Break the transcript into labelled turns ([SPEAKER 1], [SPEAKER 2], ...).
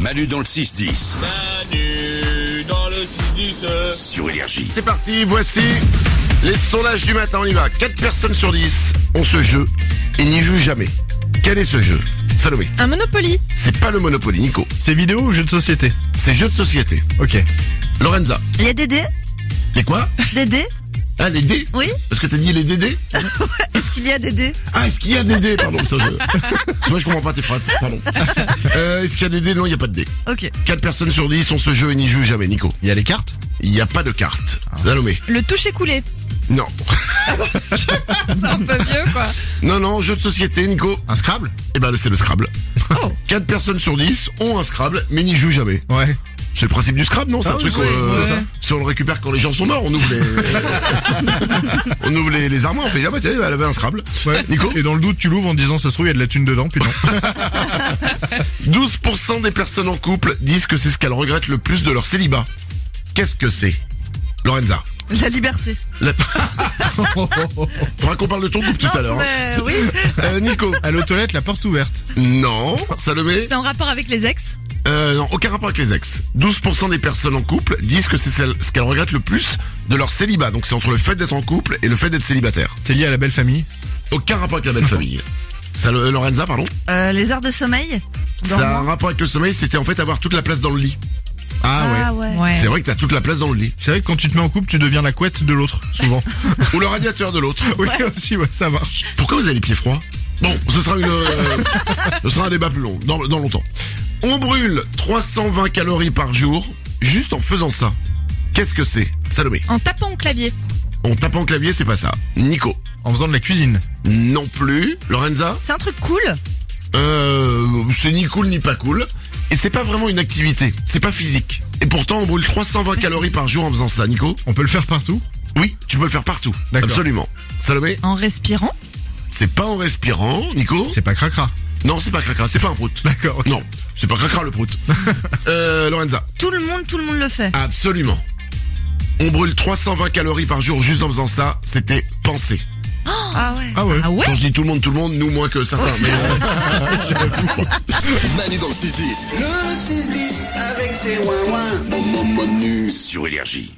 [SPEAKER 1] Manu dans le 6-10
[SPEAKER 2] Manu dans le 6
[SPEAKER 1] sur Énergie.
[SPEAKER 3] C'est parti, voici les sondages du matin, on y va. 4 personnes sur 10 ont ce jeu et n'y jouent jamais. Quel est ce jeu Salomé,
[SPEAKER 4] Un Monopoly.
[SPEAKER 3] c'est pas le Monopoly, Nico.
[SPEAKER 5] C'est vidéo ou jeu de société
[SPEAKER 3] C'est jeu de société.
[SPEAKER 5] Ok.
[SPEAKER 3] Lorenza,
[SPEAKER 4] Les DD.
[SPEAKER 3] les quoi
[SPEAKER 4] DD.
[SPEAKER 3] Ah, les dés
[SPEAKER 4] Oui.
[SPEAKER 3] Parce que t'as dit les DD
[SPEAKER 4] Est-ce qu'il y a DD
[SPEAKER 3] Ah, est-ce qu'il y a des dés Pardon, putain, je... Parce que moi je comprends pas tes phrases, pardon. Euh, est-ce qu'il y a des dés Non, il n'y a pas de dés.
[SPEAKER 4] Ok.
[SPEAKER 3] 4 personnes sur 10 ont ce jeu et n'y jouent jamais, Nico.
[SPEAKER 5] Il y a les cartes Ah.
[SPEAKER 3] Il n'y a pas de carte. Salomé,
[SPEAKER 4] Le toucher coulé.
[SPEAKER 3] non.
[SPEAKER 4] C'est un peu vieux, quoi.
[SPEAKER 3] Non, non, jeu de société, Nico.
[SPEAKER 5] Un Scrabble
[SPEAKER 3] Eh ben, c'est le Scrabble.
[SPEAKER 4] Oh.
[SPEAKER 3] 4 personnes sur 10 ont un Scrabble, mais n'y jouent jamais.
[SPEAKER 5] Ouais.
[SPEAKER 3] C'est le principe du Scrabble, non C'est un
[SPEAKER 5] Ah oui,
[SPEAKER 3] truc.
[SPEAKER 5] oui,
[SPEAKER 3] euh,
[SPEAKER 5] c'est ça.
[SPEAKER 3] Si on le récupère quand les gens sont morts, on ouvre les, on ouvre les, les armoires, on fait, ah bah tiens, elle avait un Scrabble.
[SPEAKER 5] Ouais.
[SPEAKER 3] Nico
[SPEAKER 5] Et dans le doute, tu l'ouvres en te disant ça se trouve, il y a de la thune dedans, puis non.
[SPEAKER 3] 12% des personnes en couple disent que c'est ce qu'elles regrettent le plus de leur célibat. Qu'est-ce que c'est Lorenza.
[SPEAKER 4] La liberté.
[SPEAKER 3] La... Faudra qu'on parle de ton couple tout à
[SPEAKER 4] Non,
[SPEAKER 3] l'heure. hein.
[SPEAKER 4] mais oui.
[SPEAKER 3] Euh, Nico.
[SPEAKER 5] Aller aux toilettes, la porte ouverte.
[SPEAKER 3] Non. Salomé.
[SPEAKER 6] C'est en rapport avec les ex
[SPEAKER 3] Euh, non, aucun rapport avec les ex. 12% des personnes en couple disent que c'est celle- ce qu'elles regrettent le plus de leur célibat. Donc c'est entre le fait d'être en couple et le fait d'être célibataire.
[SPEAKER 5] C'est lié à la belle famille.
[SPEAKER 3] Aucun rapport avec la belle famille. Ça, le- Lorenza, pardon.
[SPEAKER 4] Euh, les heures de sommeil. Dans
[SPEAKER 3] Ça a un rapport avec le sommeil, c'était en fait avoir toute la place dans le lit.
[SPEAKER 5] Ah ouais.
[SPEAKER 4] Ah ouais.
[SPEAKER 3] C'est vrai que t'as toute la place dans le lit.
[SPEAKER 5] C'est vrai que quand tu te mets en couple, tu deviens la couette de l'autre, souvent.
[SPEAKER 3] Ou le radiateur de l'autre.
[SPEAKER 5] oui, aussi, ouais, ça marche.
[SPEAKER 3] Pourquoi vous avez les pieds froids Bon, ce sera, une, euh, ce sera un débat plus long, dans, dans longtemps. On brûle 320 calories par jour juste en faisant ça. Qu'est-ce que c'est Salomé.
[SPEAKER 6] en tapant au clavier.
[SPEAKER 3] On tape en clavier, c'est pas ça. Nico.
[SPEAKER 5] En faisant de la cuisine.
[SPEAKER 3] Non plus. Lorenza
[SPEAKER 4] C'est un truc cool.
[SPEAKER 3] Euh, c'est ni cool ni pas cool. Et c'est pas vraiment une activité, c'est pas physique. Et pourtant, on brûle 320 calories par jour en faisant ça, Nico.
[SPEAKER 5] On peut le faire partout.
[SPEAKER 3] Oui, tu peux le faire partout.
[SPEAKER 5] D'accord.
[SPEAKER 3] Absolument. Salomé,
[SPEAKER 6] En respirant.
[SPEAKER 3] c'est pas en respirant, Nico.
[SPEAKER 5] C'est pas cracra.
[SPEAKER 3] Non, c'est pas cracra, c'est pas un prout.
[SPEAKER 5] D'accord.
[SPEAKER 3] Non, c'est pas cracra le prout. euh, Lorenza,
[SPEAKER 4] Tout le monde, tout le monde le fait.
[SPEAKER 3] absolument. On brûle 320 calories par jour juste en faisant ça, c'était penser.
[SPEAKER 4] Ah ouais.
[SPEAKER 5] Ah ouais.
[SPEAKER 6] Ah ouais
[SPEAKER 3] Quand je dis tout le monde, tout le monde, nous moins que certains. mais, euh,
[SPEAKER 1] Manu dans le 6-10
[SPEAKER 7] Le 6-10 avec ses ouin-ouin.
[SPEAKER 1] sur Énergie.